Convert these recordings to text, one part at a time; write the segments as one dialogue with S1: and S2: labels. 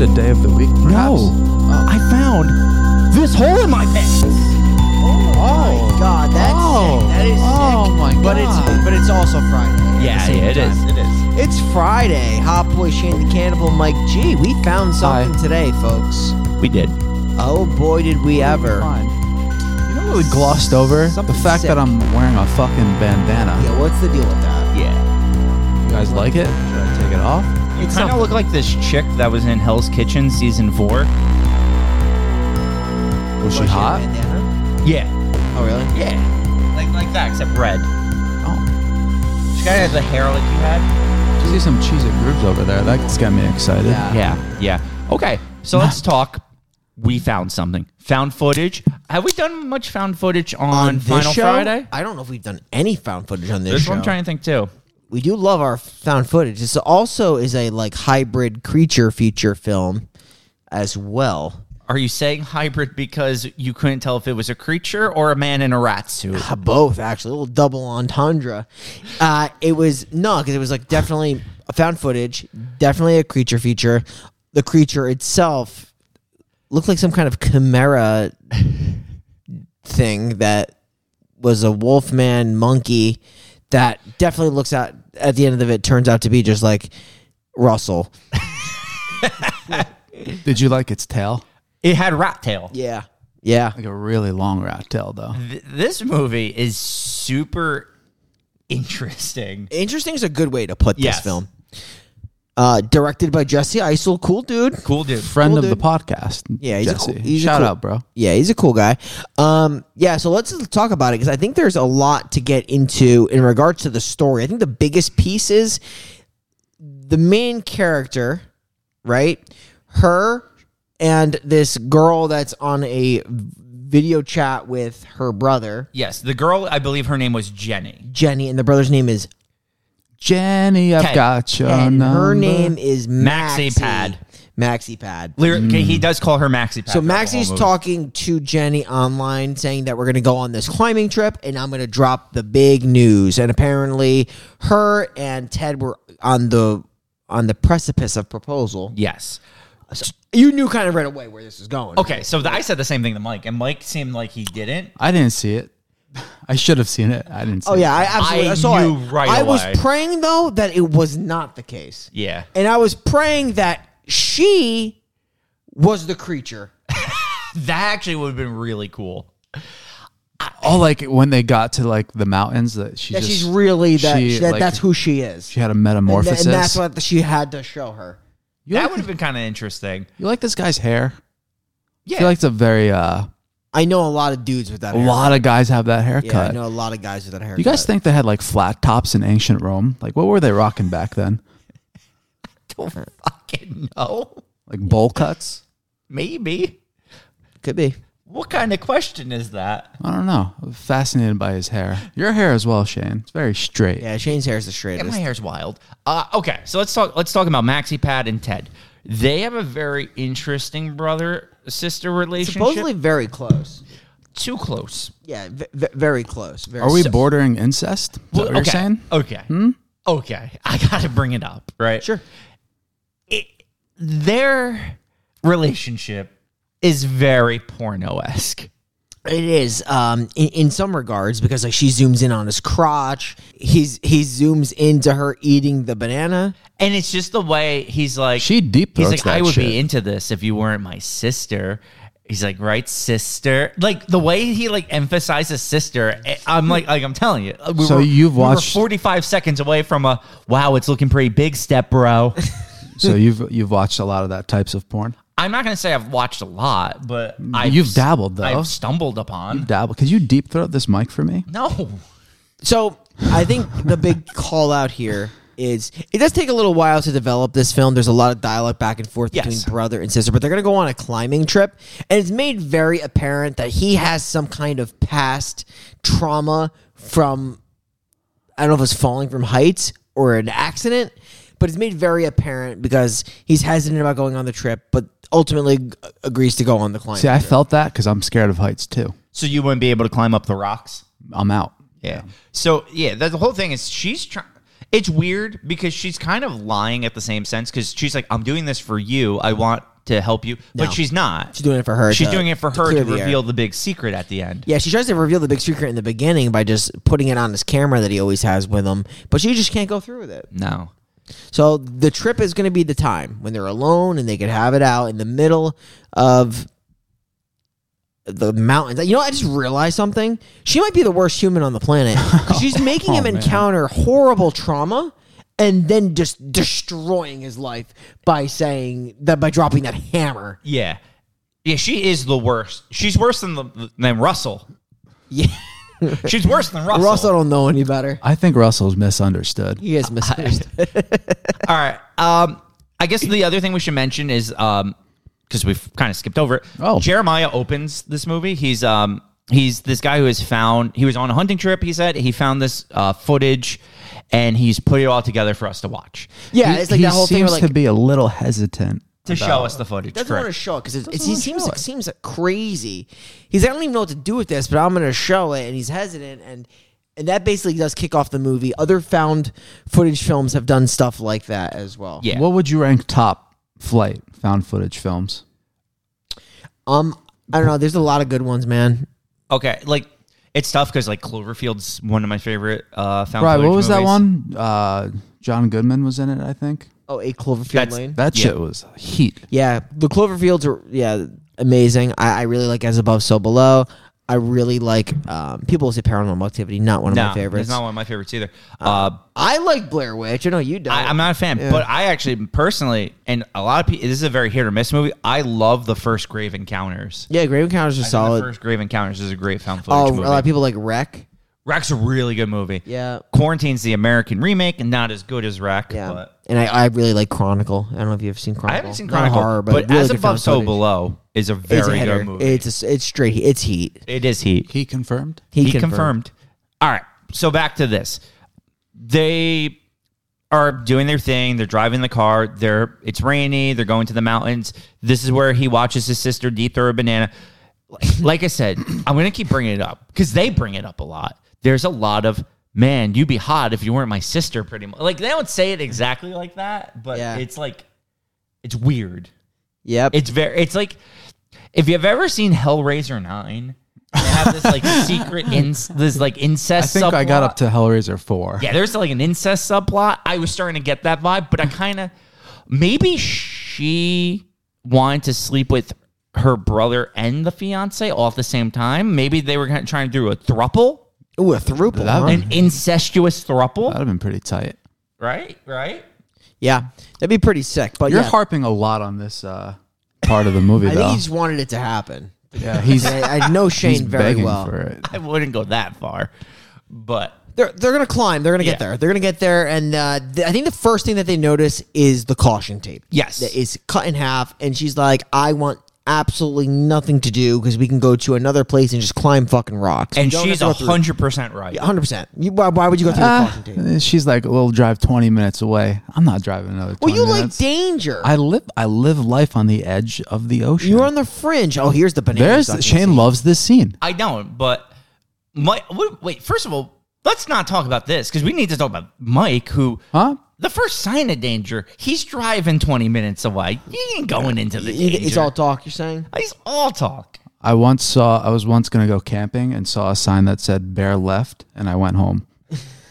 S1: a day of the week? Perhaps?
S2: No. I found this hole in my pants.
S3: Oh my god, that's
S1: Oh.
S3: sick. That is
S1: Oh
S3: sick.
S1: my
S3: But it's
S1: God.
S3: but it's also Friday. at the
S2: Yeah,
S3: same
S2: yeah, it
S3: time.
S2: is.
S1: It is.
S3: It's Friday. Hot boy Shane the Cannibal, Mike G. We found
S1: Hi.
S3: something today, folks.
S2: We did.
S3: Oh boy, did we ever!
S1: Fine. You know what we glossed over?
S3: Something
S1: the fact
S3: sick.
S1: that I'm wearing a fucking bandana.
S3: Yeah, what's the deal with that?
S2: Yeah.
S1: You guys like it? Should I take it off?
S2: You kind of look like this chick that was in Hell's Kitchen season four.
S1: Was she
S3: Why
S1: hot?
S3: had a bandana?
S2: Yeah.
S3: Oh really?
S2: Yeah. Like like that, except red.
S1: Oh.
S2: She kind of had the hair like you had.
S1: Did you see some cheesy grooves over there? That's got me excited.
S3: Yeah.
S2: Yeah. Yeah. Okay. So let's talk. We found something. Found footage. Have we done much found footage on,
S3: this
S2: Final
S3: show?
S2: Friday?
S3: I don't know if we've done any found footage on this,
S2: This
S3: show.
S2: one I'm trying to think too.
S3: we do love our found footage. This also is a like hybrid creature feature film as well.
S2: Are you saying hybrid because you couldn't tell if it was a creature or a man in a rat suit?
S3: Uh, Both actually, a little double entendre. Uh, it was no, because it was like definitely found footage, definitely a creature feature. The creature itself looked like some kind of chimera thing that was a wolfman monkey that definitely looks out at the end of it turns out to be just like Russell.
S1: Did you like its tail?
S2: It had rat tail.
S3: Yeah. Yeah.
S1: Like a really long rat tail, though.
S3: Mm.
S2: Th- this movie is super interesting.
S3: Interesting is a good way to put
S2: Yes.
S3: this film. Uh, directed by Jesse Isel, cool dude.
S2: Cool dude.
S1: Friend
S3: Cool
S1: of the
S3: dude.
S1: podcast.
S3: Yeah, he's a
S1: Jesse.
S3: cool- he's a
S1: Shout
S3: cool-
S1: out, bro.
S3: Yeah, he's a cool guy. Um, yeah, so let's talk about it because I think there's a lot to get into in regards to the story. I think the biggest piece is the main character, right? Her and this girl that's on a video chat with her brother,
S2: Yes, the girl, I believe her name was Jenny.
S3: Jenny, and the brother's name is
S1: Jenny, I've
S2: Ted.
S1: got your
S3: and her
S1: number.
S3: name is Maxie,
S2: Maxipad.
S3: Maxipad.
S2: Lyr- okay, he does call her Maxie. Pad
S3: Mm. So
S2: throughout the whole
S3: Maxie's
S2: movie.
S3: talking to Jenny online, saying that we're going to go on this climbing trip, and I'm going to drop the big news. And apparently, her and Ted were on the on the precipice of proposal.
S2: Yes.
S3: You knew kind of right away where this was going.
S2: Okay, so th- I said the same thing to Mike, and Mike seemed like he didn't.
S1: I didn't see it. I should have seen it. I didn't see
S3: Oh
S1: it.
S3: yeah, I absolutely
S2: I
S3: I saw
S2: knew
S3: it.
S2: right
S3: I
S2: away.
S3: was praying though that it was not the case,
S2: Yeah.
S3: and I was praying that she was the creature.
S2: That actually would have been really cool.
S1: Oh, like when they got to like the mountains that she
S3: That
S1: just,
S3: she's really that,
S1: she,
S3: that
S1: like,
S3: that's who she is.
S1: she had a
S3: and,
S1: metamorphosis.
S3: and that's what she had to show her.
S1: you,
S2: that
S1: like,
S2: would have been kind of interesting.
S1: you like this guy's hair? I
S2: Yeah.
S1: feel like it's a very uh,
S3: I know a lot of dudes with that.
S1: a
S3: hair.
S1: lot of guys have that haircut.
S3: Yeah, I know a lot of guys with that haircut.
S1: you guys think they had like flat tops in ancient Rome? Like what were they rocking back then?
S2: don't fucking know.
S1: Like bowl cuts?
S2: Maybe.
S3: could be?
S2: What kind of question is that?
S1: I don't know. I'm fascinated by his hair. Your hair as well, Shane. It's very straight.
S3: Yeah, Shane's hair is the
S2: Yeah,
S3: straightest.
S2: my hair's wild. Uh, okay, so let's talk. Let's talk about Maxi Pad and Ted. They have a very interesting brother sister relationship.
S3: Supposedly very close.
S2: too close.
S3: Yeah, v- v- very close. Very
S1: Are we
S3: close.
S1: bordering incest? Is that what
S2: okay.
S1: you're saying? Hmm?
S2: Okay. Okay. I gotta bring it up, right?
S3: Sure.
S2: It, their relationship is very porno esque.
S3: It is um, in, in some regards because like she zooms in on his crotch. He's he zooms into her eating the banana.
S2: And it's just the way he's like
S1: She deep
S2: He's
S1: throats
S2: like,
S1: that
S2: I would
S1: shit."
S2: be into this if you weren't my sister. He's like, right, sister. Like the way he like emphasizes sister. eh, I'm like, like I'm telling you. We
S1: So you've
S2: we
S1: watched-
S2: 45 seconds away from a wow, it's looking pretty big step, bro.
S1: so you've you've watched a lot of that types of porn?
S2: I'm not gonna say I've watched a lot, but I
S1: You've dabbled, though.
S2: I've stumbled upon.
S1: Dabble. Could you deep throat this mic for me?
S2: no,
S3: So I think the big call out here is it does take a little while to develop this film. There's a lot of dialogue back and forth
S2: Yes.
S3: between brother and sister, but they're going to go on a climbing trip, and it's made very apparent that he has some kind of past trauma from I don't know if it's falling from heights or an accident, but it's made very apparent because he's hesitant about going on the trip, but ultimately g- agrees to go on the climb.
S1: See, I felt that because I'm scared of heights too.
S2: so you wouldn't be able to climb up the rocks.
S1: I'm out.
S2: Yeah. So yeah, the, the whole thing is she's trying. It's weird because she's kind of lying at the same sense because she's like, "I'm doing this for you. I want to help you,
S3: No.
S2: but she's not.
S3: She's doing it for her.
S2: She's
S3: to-
S2: doing it for
S3: to
S2: her
S3: clear
S2: to
S3: the air.
S2: reveal the big secret at the end.
S3: Yeah, she tries to reveal the big secret in the beginning by just putting it on his camera that he always has with him, but she just can't go through with it.
S2: No.
S3: So the trip is going to be the time when they're alone and they could have it out in the middle of the mountains. You know, I just realized something. She might be the worst human on the planet. 'Cause She's making him
S1: Oh, man.
S3: encounter horrible trauma and then just destroying his life by saying that by dropping that hammer.
S2: Yeah. Yeah, she is the worst. She's worse than the, than Russell.
S3: Yeah.
S2: She's worse than Russell.
S3: Russell don't know any better.
S1: I think Russell's misunderstood.
S3: He is misunderstood.
S2: All right. Um, I guess the other thing we should mention is um, because we've kind of skipped over it.
S1: Oh.
S2: Jeremiah opens this movie. He's um, he's this guy who has found. He was on a hunting trip. He said he found this uh, footage, and he's put it all together for us to watch
S3: Yeah,
S1: He-
S3: it's like that
S1: he
S3: whole thing.
S1: seems
S3: where, like,
S1: to be a little hesitant.
S2: to show us the footage.
S3: doesn't
S2: correct.
S3: want to show it because it, it,
S1: wanna
S3: seems
S1: show
S3: it
S1: it.
S3: seems crazy. He's like, I don't even know what to do with this, but I'm going to show it, and he's hesitant, and and that basically does kick off the movie. Other found footage films have done stuff like that as well.
S2: Yeah.
S1: What would you rank top flight found footage films?
S3: Um, I don't know. There's a lot of good ones, man.
S2: okay, like it's tough because like Cloverfield's one of my favorite. Uh, found
S1: Right.
S2: footage
S1: What was that
S2: movies.
S1: one? Uh, John Goodman was in it, I think.
S3: Oh, a Cloverfield
S2: That's-
S3: Lane.
S1: That
S2: Yeah.
S1: shit was heat.
S3: yeah, the Cloverfields are yeah amazing. I, I really like As Above, So Below. I really like um, people say Paranormal Activity. Not one of
S2: No,
S3: my favorites.
S2: it's not one of my favorites either. Uh,
S3: I like Blair Witch. I know you don't.
S2: I, I'm not a fan, but I actually personally, and a lot of people, this is a very hit or miss movie. I love the first Grave Encounters.
S3: yeah, Grave Encounters are
S2: The
S3: solid.
S2: first Grave Encounters is a great found footage
S3: Oh, a
S2: movie.
S3: lot of people like Wreck.
S2: Wreck's a really good movie.
S3: Yeah.
S2: Quarantine's the American remake, and not as good as Wreck.
S3: Yeah.
S2: but
S3: and I, I really like Chronicle. I don't know if you've seen Chronicle.
S2: I haven't seen
S3: Not a
S2: Chronicle,
S3: horror,
S2: but,
S3: really
S2: As
S3: good
S2: Above,
S3: found
S2: So
S3: footage.
S2: Below is a
S3: It's a
S2: very
S3: header.
S2: good movie.
S3: It's a, it's straight. Heat. It's Heat.
S2: it is heat.
S1: He confirmed.
S2: he confirmed. All right. So back to this. They are doing their thing. They're driving the car. They're it's rainy. They're going to the mountains. This is where he watches his sister deep throw a banana. Like I said, I'm gonna keep bringing it up because they bring it up a lot. There's a lot of man, you'd be hot if you weren't my sister. Pretty much, like they don't say it exactly like that, but
S3: Yeah.
S2: it's like it's weird.
S3: Yep.
S2: It's very. It's like if you've ever seen Hellraiser Nine, they have this like secret in this like
S1: I
S2: incest.
S1: think I got
S2: subplot.
S1: up to Hellraiser four.
S2: Yeah, there's like an incest subplot. I was starting to get that vibe, but I kind of maybe she wanted to sleep with her brother and the fiance all at the same time. Maybe they were kinda trying to do a thruple,
S3: Ooh, a throuple.
S1: That
S3: huh?
S1: one-
S2: an incestuous thruple.
S1: That'd have been pretty tight.
S2: Right, right.
S3: Yeah, that'd be pretty sick. But
S1: You're
S3: yeah,
S1: harping a lot on this uh, part of the movie,
S3: I
S1: though.
S3: think he just wanted it to happen.
S1: yeah, he's
S3: I, I know
S1: he's
S3: Shane very
S1: begging
S3: well.
S1: for it.
S2: I wouldn't go that far, but
S3: They're they're gonna climb. They're gonna get
S2: Yeah.
S3: there. They're gonna get there. And uh, th- I think the first thing that they notice is the caution tape.
S2: Yes.
S3: that is cut in half. And she's like, "I want absolutely nothing to do because we can go to another place and just climb fucking rocks."
S2: and
S3: You don't
S2: she's
S3: have to go through-
S2: hundred percent right.
S3: hundred percent. You Why, why would you go through the caution tape?
S1: And She's like, "We'll drive 20 minutes away." I'm not driving another. 20
S3: Well, you like
S1: minutes.
S3: danger.
S1: I live. I live life on the edge of the ocean.
S3: You're on the fringe. Oh, here's the banana.
S1: There's
S3: sucking
S1: Shane
S3: scene.
S1: loves this scene.
S2: I don't, but Mike. Wait, wait, first of all, let's not talk about this because we need to talk about Mike, who
S1: Huh?
S2: the first sign of danger, he's driving twenty minutes away. He ain't going into the
S3: You-
S2: danger.
S3: It's all talk. You're saying?
S2: he's all talk.
S1: I once saw. I was once gonna go camping and saw a sign that said "bear left," and I went home.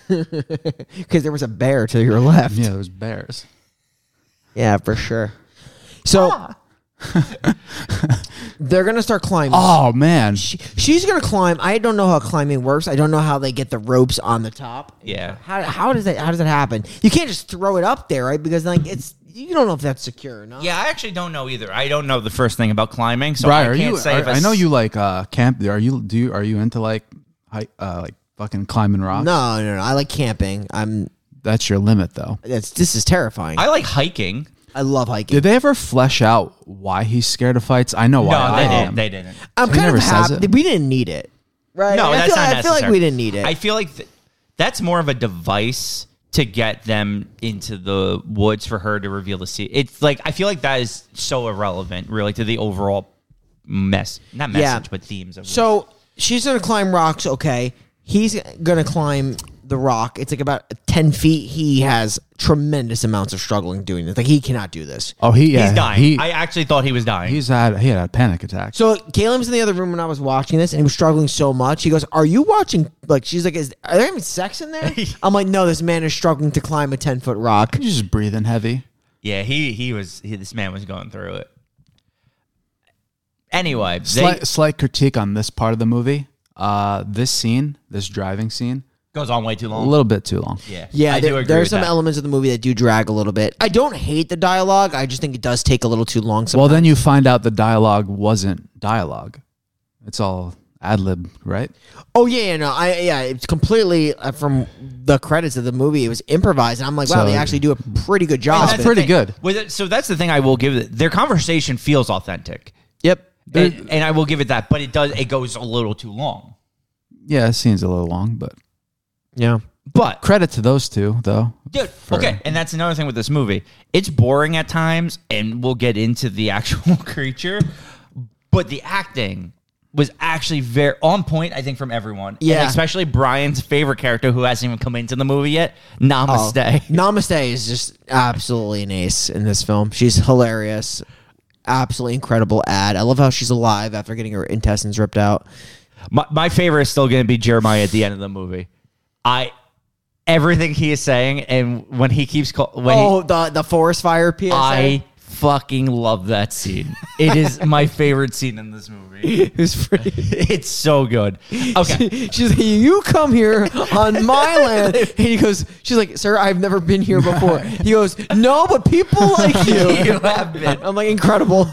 S3: Because there was a bear to your left.
S1: Yeah, there's bears.
S3: Yeah, for sure. So they're gonna start climbing.
S1: Oh man,
S3: She- she's gonna climb. I don't know how climbing works. I don't know how they get the ropes on the top.
S2: Yeah.
S3: How, how does that How does that happen? You can't just throw it up there, right? Because like it's you don't know if that's secure. or not.
S2: Yeah, I actually don't know either. I don't know the first thing about climbing, so
S1: Brian,
S2: I
S1: are
S2: can't
S1: you?
S2: say.
S1: are-
S2: if
S1: I know you like uh, camp. Are you? Do you? Are you into like, hike, uh, like fucking climbing rocks?
S3: No, no, no. I like camping. I'm.
S1: That's your limit, though.
S3: That's this is terrifying. I,
S2: I like hiking.
S3: love hiking.
S1: Did they ever flesh out why he's scared of fights? I know why.
S2: No,
S1: I
S2: they
S1: am.
S2: didn't. They didn't.
S3: I'm
S1: He
S3: kind
S1: never
S3: of
S1: says
S3: happy.
S1: it.
S3: We didn't need it, right?
S2: No,
S3: I
S2: that's
S3: feel,
S2: not
S3: I feel like
S2: necessary.
S3: we didn't need it.
S2: I feel like th- that's more of a device to get them into the woods for her to reveal the secret. It's like I feel like that is so irrelevant, really, to the overall mess. Not
S3: Yeah.
S2: message, but themes. Of
S3: so she's gonna climb rocks. Okay, he's gonna climb The Rock, it's like about ten feet. He has tremendous amounts of struggling doing this. Like he cannot do this.
S1: Oh, he yeah,
S2: he's dying.
S1: He,
S2: I actually thought he was dying.
S1: he's had he had a panic attack.
S3: So Caleb's in the other room when I was watching this, and he was struggling so much. He goes, "Are you watching?" Like she's like, "Is are there even sex in there?" I'm like, "No, this man is struggling to climb a ten foot rock."
S1: He's just breathing heavy.
S2: Yeah, he he was. He, this man was going through it. Anyway, they,
S1: Slight, slight critique on this part of the movie. Uh, this scene, this driving scene,
S2: goes on way too
S1: a
S2: long.
S1: little bit too long.
S2: yeah,
S3: Yeah,
S2: I
S3: there,
S2: do agree.
S3: there are
S2: with
S3: some
S2: that.
S3: elements of the movie that do drag a little bit. I don't hate the dialogue. I just think it does take a little too long.
S1: Well,
S3: Sometimes.
S1: then you find out the dialogue wasn't dialogue. It's all ad lib, right?
S3: oh yeah, yeah, no, I yeah, it's completely uh, from the credits of the movie. It was improvised, and I'm like, wow,
S1: So-
S3: they actually do a pretty good job.
S2: That's
S1: It's
S2: the
S1: pretty
S2: thing.
S1: good.
S2: With it, so that's the thing I will give it. Their conversation feels authentic,
S3: Yep.
S2: and, and I will give it that. But it does. It goes a little too long.
S1: Yeah, it seems a little long, but
S3: Yeah.
S2: But
S1: credit to those two though.
S2: dude,
S1: for-
S2: okay, and that's another thing with this movie. It's boring at times, and we'll get into the actual creature. But the acting was actually very on point. I think from everyone, And
S3: Yeah.
S2: especially Brian's favorite character who hasn't even come into the movie yet. Namaste.
S3: Oh. Namaste is just absolutely an ace in this film. She's hilarious. Absolutely incredible ad. I love how she's alive after getting her intestines ripped out.
S2: My, my favorite is still going to be Jeremiah at the end of the movie. I everything he is saying, and when he keeps call, when he-
S3: Oh, the the forest fire PSA.
S2: I fucking love that scene. It is my favorite scene in this movie.
S3: it was pretty.
S2: It's so good. Okay,
S3: She's like, you come here on my land, and he goes. She's like, sir, I've never been here before. He goes, no, but people like you.
S2: you have been.
S3: I'm like, incredible.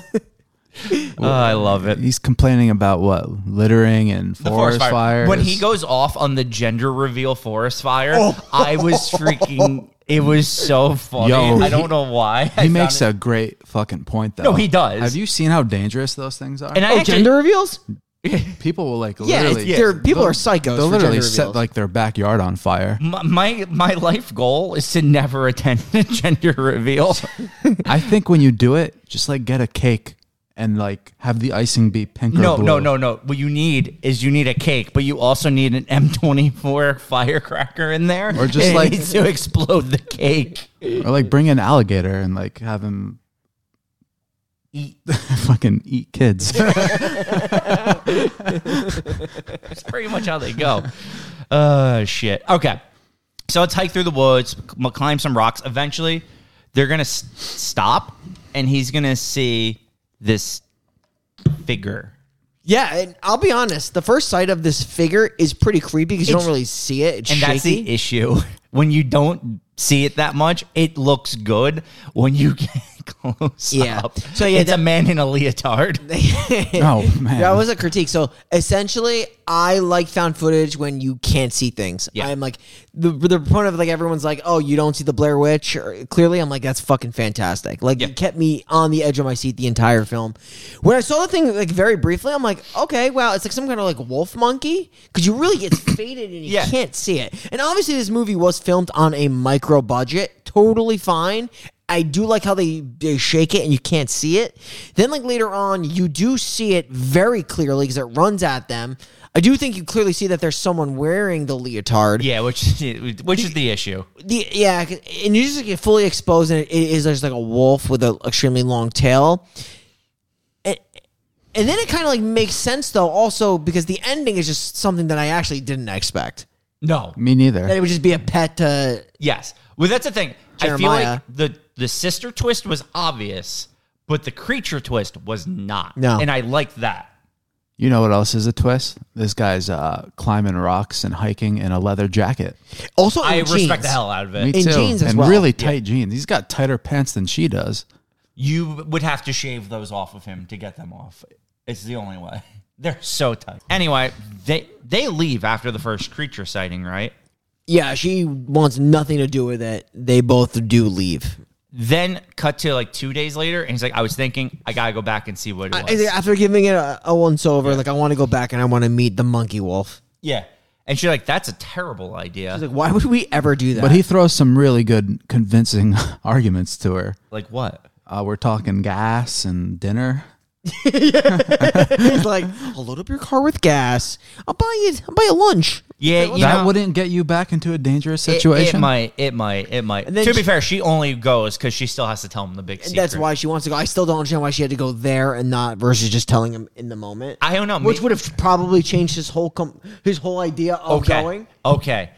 S2: Oh, I love it.
S1: He's complaining about what littering and
S2: The
S1: forest, fires.
S2: When he goes off on the gender reveal forest fire, I was freaking. It was so funny.
S1: Yo,
S2: I don't know why. I
S1: he
S2: found
S1: makes
S2: it-
S1: a great fucking point though.
S2: No, he does.
S1: Have you seen how dangerous those things are?
S2: and I
S3: Oh,
S2: actually-
S3: gender reveals?
S1: people will like
S3: Yeah,
S1: literally.
S3: it's- they're- people are psychos for
S1: They'll literally
S3: gender
S1: set
S3: reveals.
S1: like their backyard on fire.
S2: my, my my life goal is to never attend a gender reveal.
S1: I think when you do it, just like get a cake and like have the icing be pink
S2: no,
S1: or blue.
S2: no, no, no. What you need is you need a cake, but you also need an M24 firecracker in there,
S1: Or just
S2: and it
S1: like-
S2: needs to explode the cake.
S1: Or like bring an alligator and like have him
S2: Eat.
S1: fucking eat kids.
S2: That's pretty much how they go. Uh, shit. Okay, so let's hike through the woods, m- climb some rocks. Eventually, they're gonna s- stop, and he's gonna see this figure.
S3: Yeah, and I'll be honest. The first sight of this figure is pretty creepy because you don't
S2: It's-
S3: really see it. It's
S2: And
S3: shaky.
S2: that's the issue. When you don't see it that much, it looks good. When you get close
S3: Yeah.
S2: up,
S3: So, yeah,
S2: it's
S3: the-
S2: a man in a leotard.
S1: oh man.
S3: That was a critique. So essentially, I like found footage when you can't see things.
S2: Yeah.
S3: I'm like the the point of like everyone's like, oh, you don't see the Blair Witch. Or, clearly, I'm like that's fucking fantastic. Like
S2: Yeah.
S3: it kept me on the edge of my seat the entire film. When I saw the thing like very briefly, I'm like, okay, wow, it's like some kind of like wolf monkey because you really get faded and you
S2: Yeah.
S3: can't see it. And obviously, this movie was filmed on a micro budget, totally fine. I do like how they, they shake it and you can't see it. Then, like later on, you do see it very clearly because it runs at them. I do think you clearly see that there's someone wearing the leotard.
S2: Yeah, which which is the issue.
S3: The, yeah, 'cause- and you just get fully exposed, and it is there's like a wolf with an extremely long tail. And, and then it kind of like makes sense though, also because the ending is just something that I actually didn't expect.
S2: No.
S1: me
S3: That it
S1: neither.
S3: would just be a pet to
S2: Yes. Well, that's the thing. I feel
S3: Jeremiah.
S2: like the the sister twist was obvious, but the creature twist was not.
S3: No.
S2: And I like that.
S1: You know what else is a twist? This guy's uh, climbing rocks and hiking in a leather jacket.
S3: also.
S2: I
S3: in
S2: respect
S3: jeans.
S2: the hell out of it.
S1: Me
S3: In
S1: too.
S3: jeans as
S1: and
S3: well.
S1: really tight jeans. He's got tighter pants than she does.
S2: You would have to shave those off of him to get them off. It's the only way. They're so tight. Anyway, they they leave after the first creature sighting, right?
S3: Yeah, she wants nothing to do with it. They both do leave
S2: Then cut to like two days later, and he's like, "I was thinking, I gotta go back and see what it was."
S3: after giving it a, a once over. Like I want to go back and I want to meet the monkey wolf.
S2: yeah, and she's like, "That's a terrible idea."
S3: Like why would we ever do that?
S1: But he throws some really good, convincing arguments to her.
S2: like, what?
S1: Uh, we're talking gas and dinner.
S3: He's like, I'll load up your car with gas. I'll buy you. I'll buy you lunch.
S2: Yeah, you
S1: that
S2: know,
S1: wouldn't get you back into a dangerous
S2: it- It,
S1: situation.
S2: might. It might. It might.
S3: And then
S2: To be
S3: she-
S2: fair, she only goes because she still has to tell him the big
S3: And
S2: secret.
S3: that's why she wants to go. I still don't understand why she had to go there and not versus just telling him in the moment.
S2: I don't know.
S3: which
S2: may-
S3: would have probably changed his whole com- his whole idea of
S2: okay.
S3: going.
S2: Okay.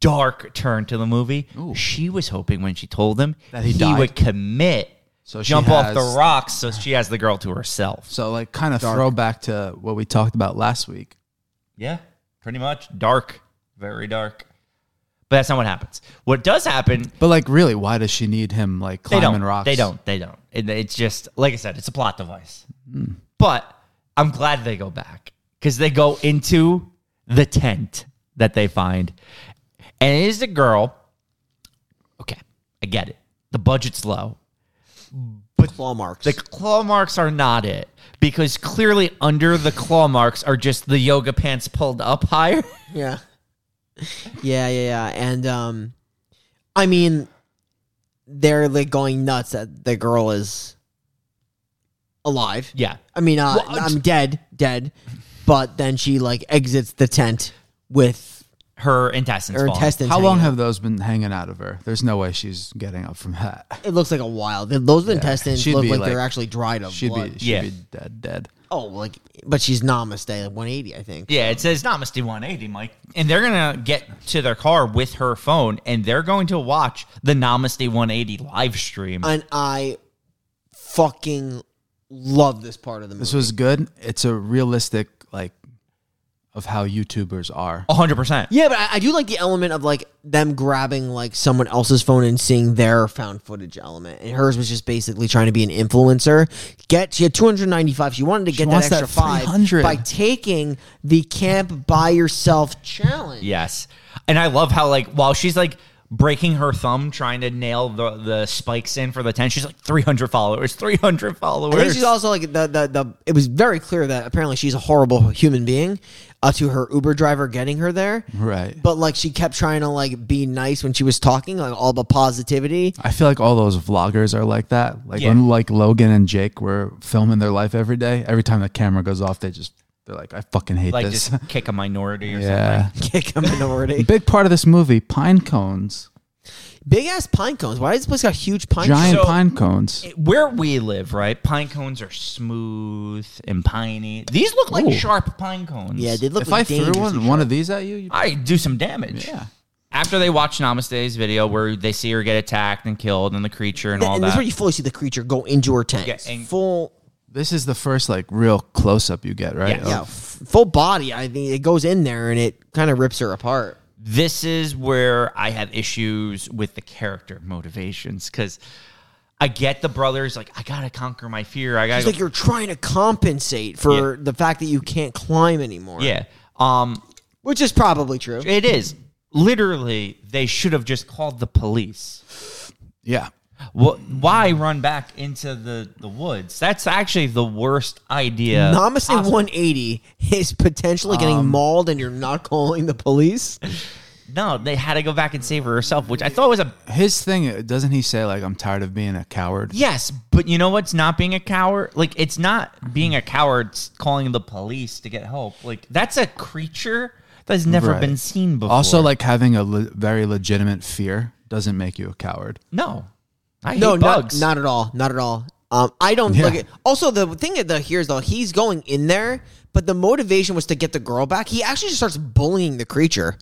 S2: Dark turn to the movie. She was hoping when she told him
S1: That he died.
S2: would commit,
S1: So she
S2: jump off
S1: has-
S2: the rocks, so she has the girl to herself.
S1: so like kind of throwback to what we talked about last week.
S2: Yeah, pretty much dark, very dark. But that's not what happens. What does happen?
S1: But like really, why does she need him like
S2: They
S1: climbing
S2: don't.
S1: rocks?
S2: They don't. They don't. It- it's just like I said. It's a plot device. But I'm glad they go back because they go into the tent that they find, and it is the girl. Okay, I get it. The budget's low.
S3: Claw marks.
S2: The claw marks are not it because clearly under the claw marks are just the yoga pants pulled up higher.
S3: yeah, yeah, yeah, yeah. And um, I mean, they're like going nuts that the girl is alive.
S2: yeah.
S3: I mean, uh,
S2: Well,
S3: I'm dead, dead. But then she like exits the tent with
S2: Her intestines.
S3: her
S2: fall.
S3: intestines.
S1: How long
S3: hanging out.
S1: have those been hanging out of her? There's no way she's getting up from that.
S3: it looks like a while? Those intestines
S1: She'd
S3: look
S1: be,
S3: like,
S1: like-
S3: they're actually dried of
S1: She'd
S3: blood.
S1: be she'd
S2: Yeah.
S1: be dead dead.
S3: Oh, like, but she's namaste at 180, I think.
S2: Yeah, it says Namaste 180, Mike. And they're going to get to their car with her phone and they're going to watch the Namaste 180 live stream.
S3: And I fucking love this part of the movie.
S1: This was good. It's a realistic like of how YouTubers are.
S2: 100%.
S3: yeah, but I, I do like the element of like them grabbing like someone else's phone and seeing their found footage element. And hers was just basically trying to be an influencer. Get she had 295. She wanted to get that
S1: wants
S3: extra
S1: that
S3: five
S1: 300.
S3: by taking the camp by yourself challenge.
S2: Yes. And I love how, like, while she's like breaking her thumb trying to nail the, the spikes in for the 10, she's like 300 followers, 300 followers.
S3: I think she's also like the, the the. It was very clear that apparently she's a horrible human being, uh, to her Uber driver getting her there.
S1: Right.
S3: But like she kept trying to like be nice when she was talking, like all about positivity.
S1: I feel like all those vloggers are like that. Like
S2: Yeah.
S1: when like Logan and Jake were filming their life every day, every time the camera goes off, they just they're like, I fucking hate
S2: like,
S1: this.
S2: just kick a minority or
S1: yeah.
S3: Kick a minority.
S1: Big part of this movie, pine cones.
S3: Big ass pine cones. Why does this place got huge pine
S1: Giant
S3: cones?
S2: So-
S1: pine cones.
S2: something. Where we live, right? Pine cones are smooth and piney. These look like
S1: Ooh.
S2: sharp pine cones.
S3: Yeah, they look
S1: If I
S3: like
S1: threw
S3: dangerous.
S1: one, one of these at you, you
S2: I do some damage.
S1: Yeah.
S2: After they watch Namaste's video where they see her get attacked and killed and the creature and all
S3: And this is
S2: that.
S3: where you fully see the creature go into her tank.
S2: Yeah, and-
S3: full,
S1: this is the first like real close up you get, right?
S2: Yeah.
S1: Of-
S3: yeah, f- full body. I think it goes in there and it kind of rips her apart.
S2: this is where I have issues with the character motivations because I get the brothers like I gotta conquer my fear. I gotta
S3: It's like you're trying to compensate for the fact that you can't climb anymore.
S2: yeah. Um,
S3: Which is probably true.
S2: it is literally they should have just called the police.
S1: Yeah.
S2: Wh- why run back into the the woods? That's actually the worst idea.
S3: Namaste 180 is potentially getting
S1: Um,
S3: mauled and you're not calling the police.
S2: no, they had to go back and save her herself, which I thought was a
S1: His thing doesn't he say like I'm tired of being a coward?
S2: Yes, but you know what's not being a coward? Like it's not being a coward s- calling the police to get help. Like that's a creature that's never
S1: Right.
S2: been seen before.
S1: Also, like having a le- very legitimate fear doesn't make you a coward.
S2: no, I
S3: No,
S2: hate
S3: not,
S2: bugs.
S3: not at all. Not at all. Um, I don't
S1: Yeah.
S3: look at, Also, the thing that here is though, he's going in there, but the motivation was to get the girl back. He actually just starts bullying the creature.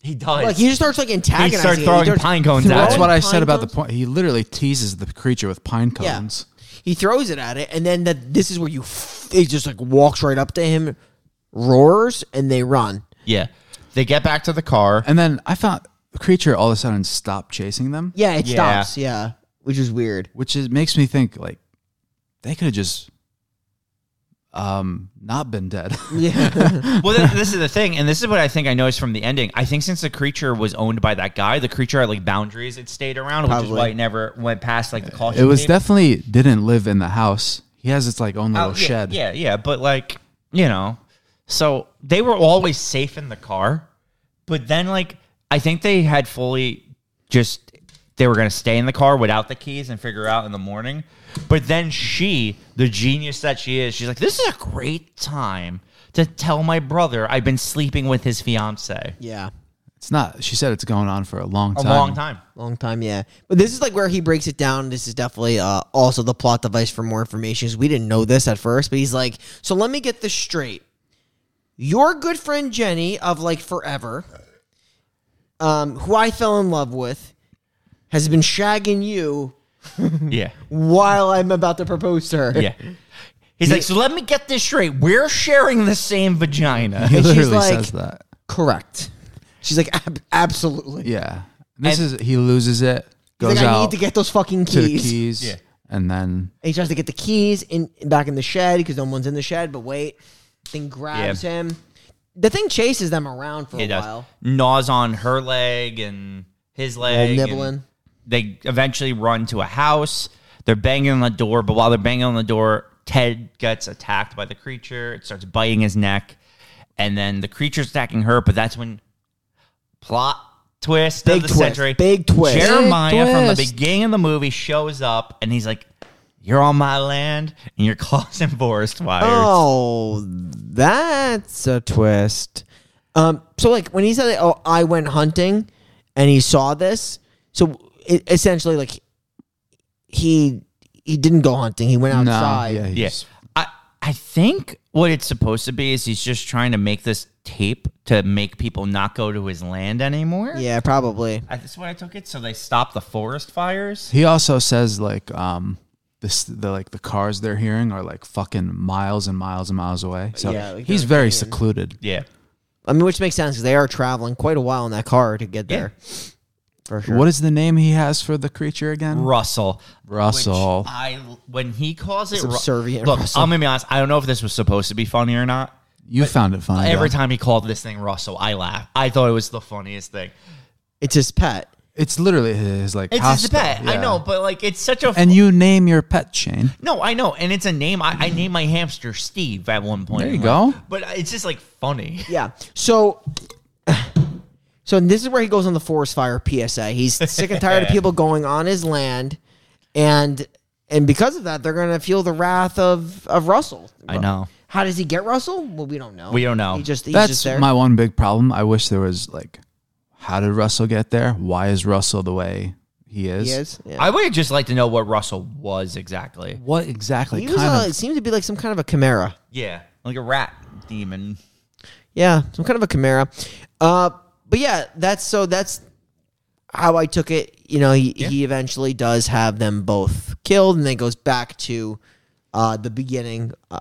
S2: he does.
S3: Like he just starts like antagonizing. it.
S2: starts throwing
S3: starts
S2: pine cones at
S3: throwing
S2: it.
S1: That's what I
S3: pine
S1: said about the
S3: cones.
S1: point. He literally teases the creature with pine
S3: Yeah.
S1: cones.
S3: He throws it at it, and then that this is where you. F- it just like walks right up to him, roars, and they run.
S2: yeah, they get back to the car.
S1: And then I found the creature all of a sudden stopped chasing them,
S3: Yeah, it
S2: Yeah.
S3: stops. Yeah, which is weird.
S1: which is, makes me think like they could have just um not been dead.
S3: Yeah,
S2: well, th- this is the thing, and this is what I think I noticed from the ending. I think since the creature was owned by that guy, the creature had like boundaries it stayed around, which is
S3: Probably.
S2: why it never went past like the caution.
S1: it was
S2: tape.
S1: definitely didn't live in the house. He has its like own
S2: Oh,
S1: little
S2: yeah,
S1: shed.
S2: Yeah, yeah, but like you know, so they were always safe in the car, but then like I think they had fully just they were going to stay in the car without the keys and figure out in the morning. But then she, the genius that she is, she's like, this is a great time to tell my brother I've been sleeping with his fiance
S3: Yeah.
S1: It's not. She said it's going on for a long
S2: a
S1: time.
S2: long time.
S3: Long time, yeah. But this is like where he breaks it down. This is definitely uh, also the plot device for more information. 'cause We didn't know this at first, but he's like, so let me get this straight. Your good friend Jenny of like forever, um, who I fell in love with, has been shagging you
S2: Yeah.
S3: while I'm about to propose to her.
S2: Yeah. He's like, so let me get this straight. We're sharing the same vagina.
S1: He
S3: And she's
S1: literally
S3: like-
S1: says that.
S3: Correct. She's like, Ab- absolutely.
S1: Yeah. This is he loses it. Goes
S3: He's like, I
S1: out
S3: need to get those fucking
S1: to the
S3: keys.
S1: keys.
S2: Yeah.
S1: And then
S3: And he tries to get the keys in back in the shed because no one's in the shed. But wait, thing grabs
S2: Yeah.
S3: him. The thing chases them around for a
S2: It does.
S3: while.
S2: Gnaws on her leg and his leg. and
S3: nibbling.
S2: They eventually run to a house. They're banging on the door, but while they're banging on the door, Ted gets attacked by the creature. It starts biting his neck. And then the creature's attacking her, but that's when plot twist
S3: Big
S2: of the
S3: twist,
S2: century.
S3: big twist. Big
S2: Jeremiah from the
S1: twist.
S2: beginning of the movie shows up and he's like, You're on my land and you're causing forest fires.
S3: Oh, that's a twist. Um, so like when he said, "Oh, I went hunting," and he saw this, so it, essentially, like he he didn't go hunting. He went
S1: no.
S3: outside.
S1: Yeah. he's-
S2: Yes. I I think what it's supposed to be is he's just trying to make this tape to make people not go to his land anymore.
S3: yeah, probably.
S2: I, that's what I took it. So they stop the forest fires.
S1: He also says like um this the like the cars they're hearing are like fucking miles and miles and miles away. So
S3: Yeah, like
S1: he's
S3: they're
S1: very secluded.
S2: Yeah.
S3: I mean, which makes sense because they are traveling quite a while in that car to get
S2: Yeah.
S3: there. For sure.
S1: What is the name he has for the creature again?
S2: Russell.
S1: Russell.
S2: Which uh, I when he calls it Ru-
S3: Subservient
S2: Look,
S3: Russell.
S2: I'm gonna be honest. I don't know if this was supposed to be funny or not.
S1: you found it funny.
S2: Every
S1: Every
S2: time he called this thing Russell, I laughed. I thought it was the funniest thing.
S3: It's his pet.
S1: It's literally his like
S2: It's
S1: house
S2: his pet.
S1: dog,
S2: I
S1: yeah.
S2: know, but like it's such a
S1: And you name your pet Shane.
S2: No, I know, and it's a name. I, I named my hamster Steve at one point.
S1: There you
S2: in
S1: go.
S2: life. But it's just like funny.
S3: Yeah. So, so this is where he goes on the forest fire PSA. He's sick and tired of people going on his land, and and because of that, they're gonna feel the wrath of of Russell.
S2: I know.
S3: How does he get Russell? Well, we don't know.
S2: We don't know.
S3: He just he's
S1: That's
S3: just there.
S1: my one big problem. I wish there was like, how did Russell get there? Why is Russell the way he is?
S3: he is. Yeah.
S2: I would just like to know what Russell was exactly.
S1: What exactly?
S3: he was.
S1: kind
S3: uh
S1: of.
S3: it seemed to be like some kind of a chimera.
S2: Yeah, like a rat demon.
S3: Yeah, some kind of a chimera. Uh, but yeah, that's so that's how I took it. You know, he, he eventually does have them both killed, and then goes back to uh, the beginning uh,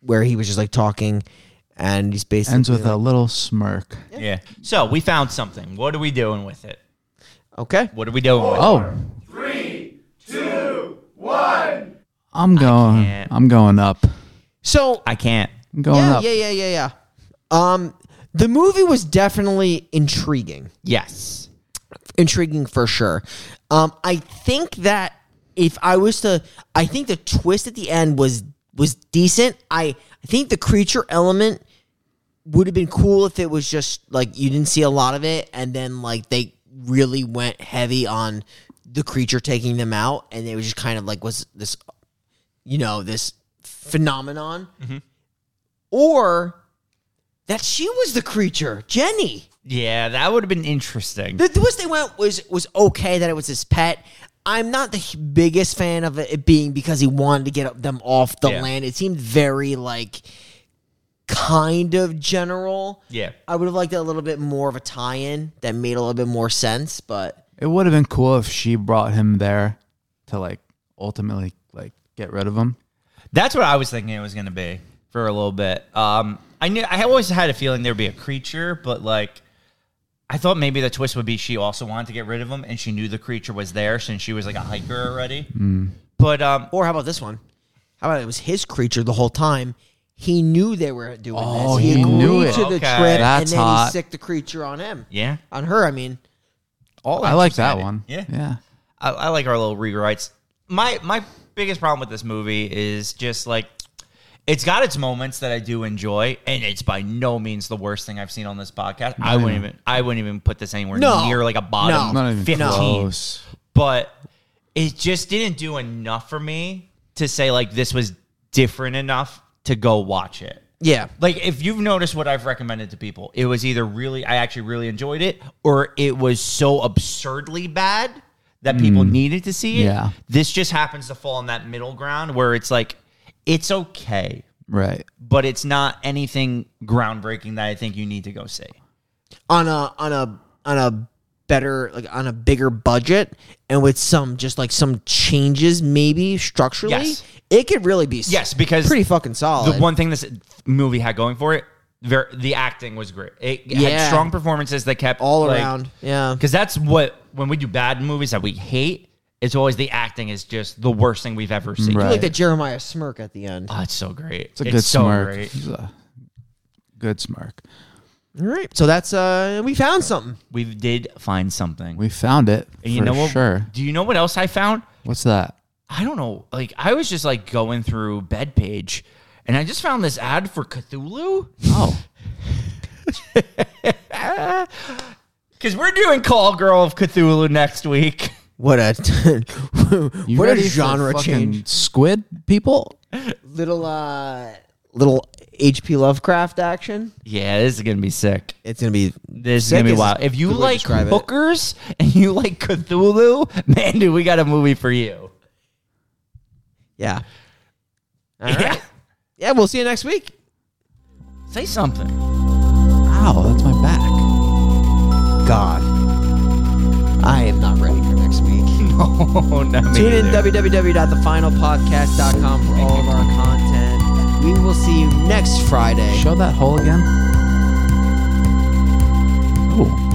S3: where he was just like talking, and he's basically
S1: Ends with a little smirk.
S2: Yeah. So we found something. What are we doing with it?
S3: okay.
S2: What are we doing? With
S1: Oh. Three, two, one. I'm going.
S2: can't.
S1: I'm going up.
S3: So
S2: it? I can't.
S1: I'm going
S3: yeah,
S1: up.
S3: yeah, yeah, yeah, yeah. Um, the movie was definitely intriguing.
S2: Yes.
S3: intriguing for sure. Um, I think that if I was to, I think the twist at the end was was decent. I I think the creature element would have been cool if it was just like you didn't see a lot of it, and then like they really went heavy on the creature taking them out, and it was just kind of like was this, you know, this phenomenon, or that she was the creature, Jenny.
S2: Yeah, that would have been interesting.
S3: The twist they went was was okay that it was his pet. I'm not the h- biggest fan of it being because he wanted to get them off the
S2: Yeah.
S3: land. It seemed very like kind of general.
S2: Yeah.
S3: I would have liked a little bit more of a tie-in that made a little bit more sense, but
S1: It would have been cool if she brought him there to like ultimately like get rid of him.
S2: That's what I was thinking it was going to be for a little bit. Um, I knew I always had a feeling there'd be a creature, but like I thought maybe the twist would be she also wanted to get rid of him, and she knew the creature was there since she was like a hiker already. But um,
S3: or how about this one? How about it was his creature the whole time? He knew they were doing
S1: Oh,
S3: this.
S1: he knew
S3: agreed
S1: it.
S3: to the
S2: Okay.
S3: trip, and
S1: That's
S3: then he
S1: hot.
S3: sicked the creature on him,
S2: yeah,
S3: on her. I mean,
S2: all
S1: I like
S2: interesting.
S1: that one.
S2: Yeah,
S1: Yeah.
S2: I, I like our little rewrites. My my biggest problem with this movie is just like it's got its moments that I do enjoy, and it's by no means the worst thing I've seen on this podcast. I wouldn't even I wouldn't even put this anywhere
S3: No.
S2: near like a bottom
S1: Not even
S2: fifteen.
S1: close.
S2: but it just didn't do enough for me to say like this was different enough to go watch it.
S3: Yeah.
S2: Like if you've noticed what I've recommended to people, it was either really I actually really enjoyed it or it was so absurdly bad that people needed to see it.
S1: Yeah.
S2: This just happens to fall in that middle ground where it's like it's okay,
S1: Right.
S2: but it's not anything groundbreaking that I think you need to go see.
S3: on a on a on a better like on a bigger budget and with some just like some changes maybe structurally
S2: Yes.
S3: it could really be s-
S2: Yes, because
S3: pretty fucking
S2: the
S3: solid
S2: one thing this movie had going for it, ver- the acting was great. It had
S3: Yeah.
S2: strong performances that kept
S3: all
S2: like-
S3: around yeah
S2: Because that's what when we do bad movies that we hate, it's always the acting is just the worst thing we've ever seen.
S1: Right.
S3: like the jeremiah smirk at the end
S2: Oh, it's so great.
S1: It's a good
S2: so
S1: smirk.
S2: great.
S1: It's a good smirk.
S3: all right so that's uh we found something
S2: We did find something.
S1: We found it.
S2: And you
S1: for
S2: know what?
S1: Sure.
S2: Do you know what else I found?
S1: What's that?
S2: I don't know. Like I was just like going through bed page, and I just found this ad for Cthulhu.
S1: Oh,
S2: Because we're doing Call Girl of Cthulhu next week.
S3: what a
S1: you
S3: what a
S1: ready for
S3: genre
S1: fucking
S3: change
S1: Squid people.
S3: little uh little hp lovecraft action
S2: Yeah, this is gonna be sick.
S3: it's gonna be
S2: This is
S3: Sick
S2: gonna be
S3: is
S2: wild.
S3: a
S2: If you
S3: good way to
S2: like
S3: describe it.
S2: hookers and you like Cthulhu, man, dude, we got a movie for you.
S3: yeah all right
S2: Yeah.
S3: yeah we'll see you next week
S2: Say something.
S1: Ow, that's my back.
S3: God. I am not ready for next week.
S2: No, not me
S3: Tune in
S2: either.
S3: www.thefinalpodcast.com for all of our content. We will see you next Friday.
S1: Show that hole again. Oh.